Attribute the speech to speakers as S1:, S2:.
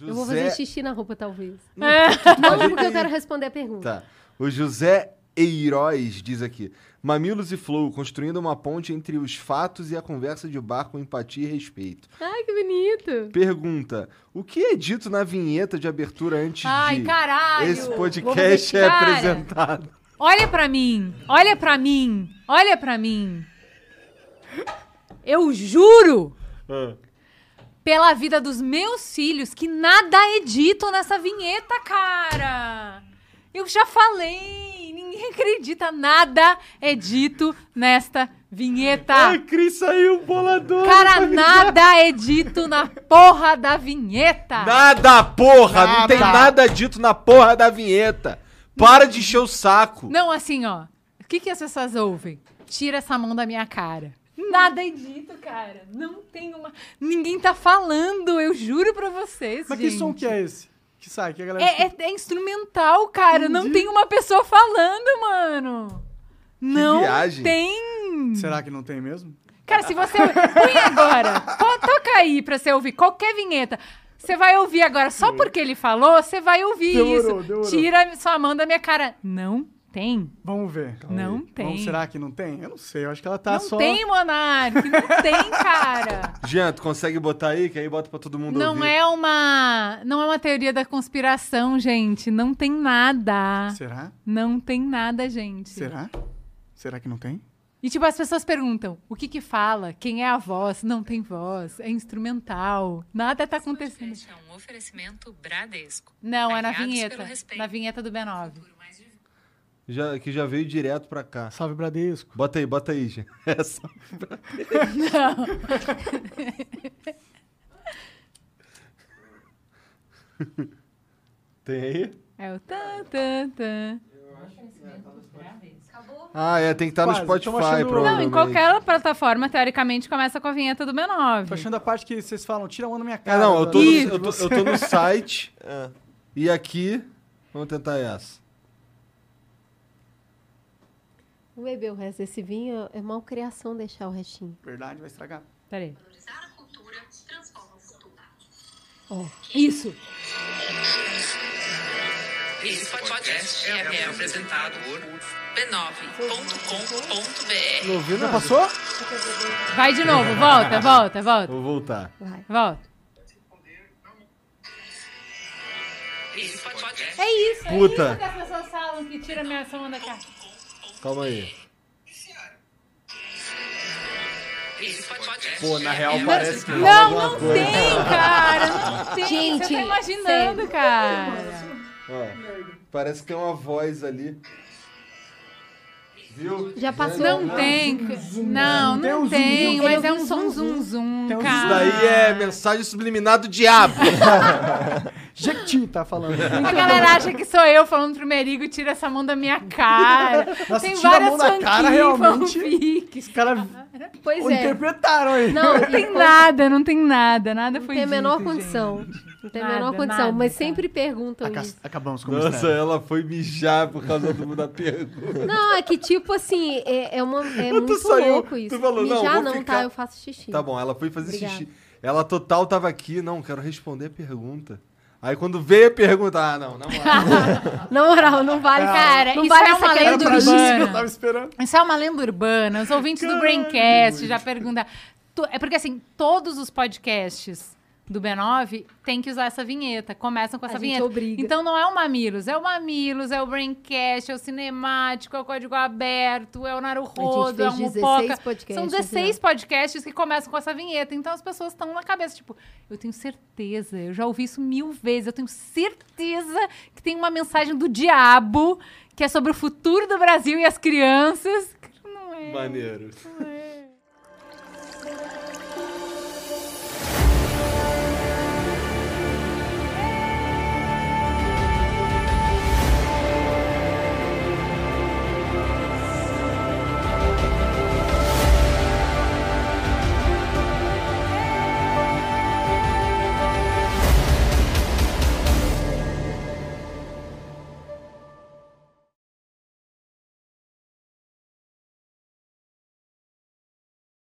S1: Eu vou
S2: José-
S1: fazer xixi na roupa, talvez.
S2: Não,
S1: Não, porque eu quero responder a pergunta.
S2: Tá. O José Eiróis diz aqui: Mamilos e Flow construindo uma ponte entre os fatos e a conversa de bar com empatia e respeito.
S1: Ai, que bonito.
S2: Pergunta: O que é dito na vinheta de abertura antes
S3: Ai,
S2: de
S3: caralho!
S2: esse
S3: Vamos
S2: podcast
S3: ver-
S2: é
S3: Cara,
S2: apresentado?
S3: Olha pra mim! Olha pra mim! Olha pra mim! Eu juro pela vida dos meus filhos que nada é dito nessa vinheta, cara! Eu já falei! Ninguém acredita, nada é dito nesta vinheta!
S2: Ah. Cris saiu bolador.
S3: Cara, nada é dito na porra da vinheta!
S2: Nada, porra! Não
S4: Nada.
S2: tem nada dito na porra da vinheta. Para de encher o saco.
S4: Tipo,
S3: Não, assim, ó. O que, que as pessoas ouvem? Tira essa mão da minha cara. Nada é dito, cara. Não tem uma. Ninguém tá falando, eu juro pra vocês.
S4: Mas que
S3: gente.
S4: som que é esse? Que sai, que a galera...
S3: É, é- é instrumental, cara. Não tem uma pessoa falando, mano. Não
S2: viagem.
S3: tem.
S4: Será que não tem mesmo?
S3: Cara, se você. Põe agora. To- Toca aí pra você ouvir qualquer vinheta. Você vai ouvir agora, só porque ele falou, você vai ouvir
S4: Demorou,
S3: isso.
S4: demorou.
S3: Tira sua mão da minha cara. Não tem.
S4: Vamos ver.
S3: Não tem.
S4: Vamos, será que não tem? Eu não sei, eu acho que ela tá
S3: não
S4: só...
S3: tem, Monark, não tem, cara.
S2: Jean, tu consegue botar aí? Que aí bota pra todo mundo
S3: não
S2: ouvir.
S3: é uma, não é uma teoria da conspiração, gente. Não tem nada.
S4: Será?
S3: Não tem nada, gente.
S4: Será? Será que não tem?
S3: E tipo as pessoas perguntam, o que que fala? Quem é a voz? Não tem voz, é instrumental. Nada tá acontecendo.
S5: Este é um oferecimento Bradesco.
S3: Não, é na
S5: Aliados
S3: vinheta,
S5: pelo respeito.
S3: na vinheta do B9.
S2: Já, que já veio direto pra cá.
S4: Salve, Bradesco.
S2: Bota aí, bota aí, Jean. Essa. Tem aí?
S3: É o tan tan tan.
S2: Ah, é, tem que estar no
S4: Quase,
S2: Spotify,
S4: tamo achando-
S2: provavelmente.
S3: Não, em qualquer plataforma teoricamente começa com a vinheta do B9.
S4: Tô achando a parte que vocês falam, tira a mão da minha
S2: É,
S4: cara.
S2: não, eu tô, no,
S4: Ih,
S2: eu tô, eu tô no site e aqui. Vamos tentar essa.
S1: Vou beber o resto desse vinho, é malcriação deixar o restinho.
S4: Verdade, vai estragar.
S3: Peraí.
S5: Valorizar a cultura transforma o futuro.
S3: Isso.
S5: Esse podcast é, é apresentado por b9.com.br.
S2: Não ouvi,
S4: Já passou?
S3: Vai de novo, volta, volta, volta.
S2: Vou voltar.
S1: Vai.
S3: Volta.
S5: Esse podcast
S3: É isso,
S2: Puta.
S3: é isso que as pessoas falam que tira minha ação da cara.
S2: Calma aí.
S5: Esse podcast
S2: Pô, na real
S5: é
S2: parece que rola
S3: Não,
S2: alguma
S3: não
S2: coisa.
S3: tem, cara, não tem.
S1: Gente,
S3: Você tá imaginando,
S1: sério.
S3: cara.
S2: Ó, parece que tem uma voz ali. Viu? Né?
S1: Já passou.
S3: Não tem. Não,
S4: Tem um
S3: não
S4: zoom,
S3: tem,
S4: tem
S3: mas
S1: um
S3: é um
S1: zoom,
S3: som zum zum,
S4: Tem
S2: Isso
S4: um zoom.
S3: cara.
S2: daí é mensagem subliminar do diabo.
S4: Jequiti tá falando.
S3: A galera acha que sou eu falando pro Merigo, tira essa mão da minha cara.
S4: Nossa,
S3: tem
S4: tira a
S3: várias
S4: mão da cara,
S3: fanfic,
S4: realmente.
S3: fanfics.
S4: Os caras
S1: Pois é.
S4: interpretaram aí.
S1: Não,
S3: Não tem
S1: e-
S3: nada, não tem nada, nada
S1: Não
S3: foi
S1: tem a
S3: dito,
S1: menor
S3: gente.
S1: condição. Não tem a menor
S3: Nada,
S1: condição,
S3: nada,
S1: mas
S3: cara.
S1: sempre perguntam
S4: Aca-
S1: isso.
S4: Acabamos com o
S2: Nossa,
S4: mistério.
S2: ela foi mijar por causa do, da pergunta.
S1: Não, é que tipo assim, é, é, uma, é
S2: tu
S1: muito
S2: saiu,
S1: louco isso.
S2: tu falou, não,
S1: Mijar
S2: vou
S1: não,
S2: ficar-
S1: tá? Eu faço xixi.
S2: Tá bom, ela foi fazer
S1: Obrigada.
S2: xixi. Ela total tava aqui, não, quero responder a pergunta. Aí quando veio a pergunta, ah, não, não.
S1: Na moral, não vale,
S4: Cara,
S1: cara. Não
S3: isso
S1: vale
S3: é
S1: essa
S3: uma
S4: Era
S1: lenda
S3: lenda
S4: pra isso
S3: urbana.
S4: que eu tava esperando.
S3: Isso é uma lenda urbana. Os ouvintes do Braincast já perguntam. Tu- É porque, assim, todos os podcasts do B9 tem que usar essa vinheta. Começam com
S1: A
S3: essa
S1: gente
S3: vinheta.
S1: obriga.
S3: Então não é o Mamilos, é o Mamilos, é o Braincast, é o Cinemático, é o Código Aberto, é o Naruhodo, é
S1: fez
S3: o
S1: 16
S3: Mupoca.
S1: podcasts né?
S3: São
S1: no
S3: 16 podcasts que começam com essa vinheta. Então as pessoas estão na cabeça, tipo, eu tenho certeza, eu já ouvi isso mil vezes, eu tenho certeza que tem uma mensagem do diabo que é sobre o futuro do Brasil e as crianças. Não é.
S2: Maneiro.
S3: não é.